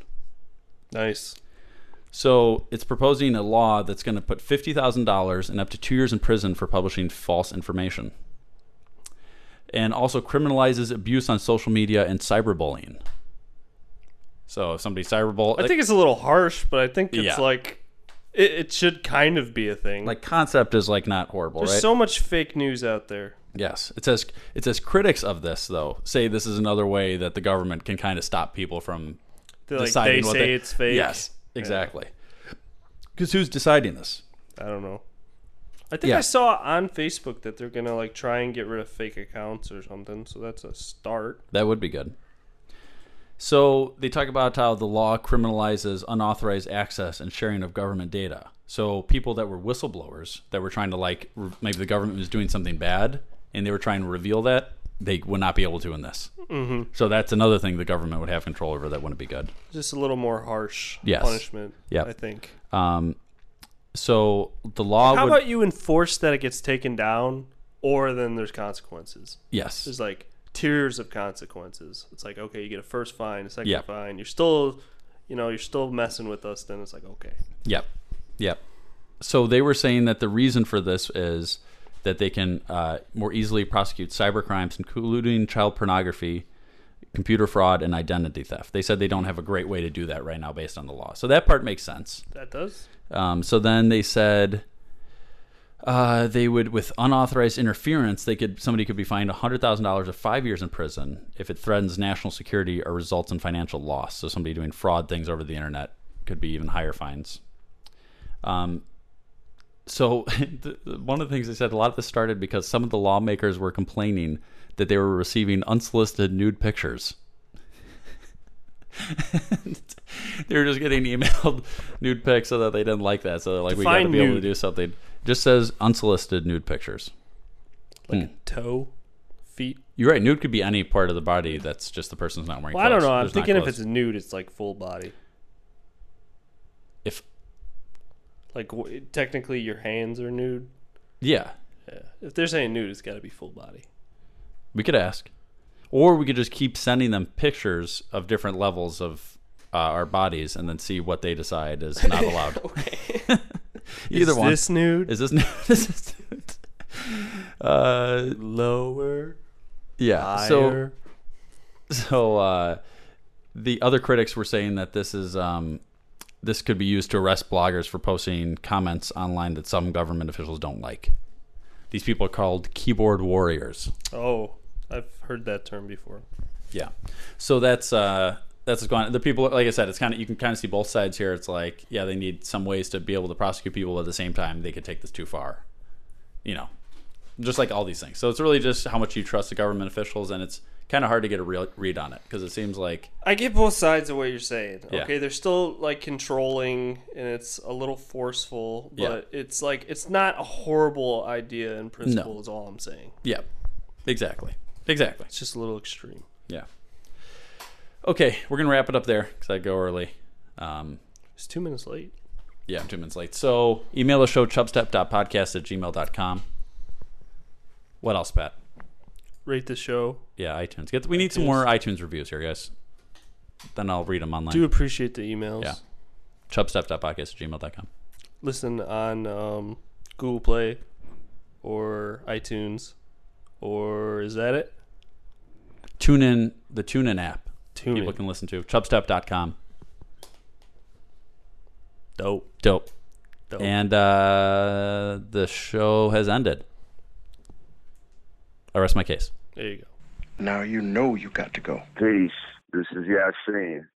Speaker 11: Nice.
Speaker 10: So it's proposing a law that's going to put fifty thousand dollars and up to two years in prison for publishing false information, and also criminalizes abuse on social media and cyberbullying. So if somebody cyberbully,
Speaker 11: I think it's a little harsh, but I think it's
Speaker 10: Yeah.
Speaker 11: like it, it should kind of be a thing.
Speaker 10: like concept is like not horrible,
Speaker 11: There's
Speaker 10: right?
Speaker 11: so much fake news out there.
Speaker 10: Yes, it says it says critics of this though say this is another way that the government can kind of stop people from
Speaker 11: They're like,
Speaker 10: deciding
Speaker 11: they
Speaker 10: what
Speaker 11: say
Speaker 10: they,
Speaker 11: it's fake.
Speaker 10: Yes,
Speaker 11: Yeah.
Speaker 10: exactly. Because who's deciding this?
Speaker 11: I don't know. I think
Speaker 10: Yeah.
Speaker 11: I saw on Facebook that they're gonna like try and get rid of fake accounts or something. So that's a start.
Speaker 10: That would be good. So they talk about how the law criminalizes unauthorized access and sharing of government data. So people that were whistleblowers that were trying to like re- maybe the government was doing something bad and they were trying to reveal that they would not be able to in this.
Speaker 11: Mhm.
Speaker 10: So that's another thing the government would have control over that wouldn't be good.
Speaker 11: Just a little more harsh
Speaker 10: Yes.
Speaker 11: punishment.
Speaker 10: Yeah.
Speaker 11: I think.
Speaker 10: Um, so the law.
Speaker 11: How
Speaker 10: would,
Speaker 11: about you enforce that it gets taken down, or then there's consequences?
Speaker 10: Yes.
Speaker 11: There's like tiers of consequences. It's like okay, you get a first fine, a second
Speaker 10: Yeah.
Speaker 11: fine. You're still, you know, you're still messing with us. Then it's like okay,
Speaker 10: Yep. Yep. So they were saying that the reason for this is that they can uh, more easily prosecute cyber crimes, including child pornography, computer fraud, and identity theft. They said they don't have a great way to do that right now based on the law. So that part makes sense.
Speaker 11: that does.
Speaker 10: Um, so then they said uh, they would, with unauthorized interference, they could somebody could be fined hundred thousand dollars or five years in prison if it threatens national security or results in financial loss. So somebody doing fraud things over the internet could be even higher fines. Um, so the, the- one of the things they said a lot of this started because some of the lawmakers were complaining that they were receiving unsolicited nude pictures they were just getting emailed nude pics so that they didn't like that so they're like we got to
Speaker 11: Define
Speaker 10: be able to
Speaker 11: nude.
Speaker 10: do something just says unsolicited nude pictures like
Speaker 11: toe, feet.
Speaker 10: Hmm. you're right nude could be any part of the body that's just the person's not wearing
Speaker 11: Well, I don't
Speaker 10: clothes.
Speaker 11: know. I'm
Speaker 10: There's not
Speaker 11: thinking if
Speaker 10: clothes.
Speaker 11: it's nude, it's like full body.
Speaker 10: If-
Speaker 11: like w- technically your hands are nude.
Speaker 10: Yeah.
Speaker 11: Yeah. If they're saying nude, it's got to be full body.
Speaker 10: We could ask, or we could just keep sending them pictures of different levels of uh, our bodies, and then see what they decide is not allowed. Either
Speaker 11: Is
Speaker 10: one.
Speaker 11: this nude?
Speaker 10: Is this nude? This is nude. Uh,
Speaker 11: Lower.
Speaker 10: yeah.
Speaker 11: Higher.
Speaker 10: So, so uh, the other critics were saying that this is um, this could be used to arrest bloggers for posting comments online that some government officials don't like. These people are called keyboard warriors.
Speaker 11: Oh, I've heard that term before.
Speaker 10: Yeah. So that's uh that's what's going on. The people like I said, it's kinda you can kinda see both sides here. It's like, yeah, they need some ways to be able to prosecute people but at the same time they could take this too far. You know. Just like all these things. So it's really just how much you trust the government officials and it's kind of hard to get a real read on it because it seems like
Speaker 11: I get both sides of what you're saying.
Speaker 10: Yeah.
Speaker 11: Okay, they're still like controlling and it's a little forceful,
Speaker 10: Yeah.
Speaker 11: but it's like it's not a horrible idea in principle is all I'm saying.
Speaker 10: yeah. Exactly. Exactly. It's
Speaker 11: just a little extreme.
Speaker 10: Yeah. Okay, we're going to wrap it up there cuz I go early. Um
Speaker 11: It's 2 minutes late.
Speaker 10: yeah, I'm two minutes late. So email the show chubstep.podcast at gmail.com. What else, Pat?
Speaker 11: Rate the show.
Speaker 10: Yeah, iTunes. Get we need some
Speaker 11: iTunes.
Speaker 10: more iTunes reviews here, guys. Then I'll read them online.
Speaker 11: Do appreciate the emails.
Speaker 10: Yeah. Chubstep.podcast@gmail.com.
Speaker 11: Listen on um, Google Play or iTunes or is that it?
Speaker 10: Tune in the tune in app.
Speaker 11: Tune
Speaker 10: People can listen to chubstep.com.
Speaker 11: Dope.
Speaker 10: Dope.
Speaker 11: Dope.
Speaker 10: And uh, the show has ended. I rest my case.
Speaker 11: There you go.
Speaker 3: Now you know you got to go. Peace. This is Yasin.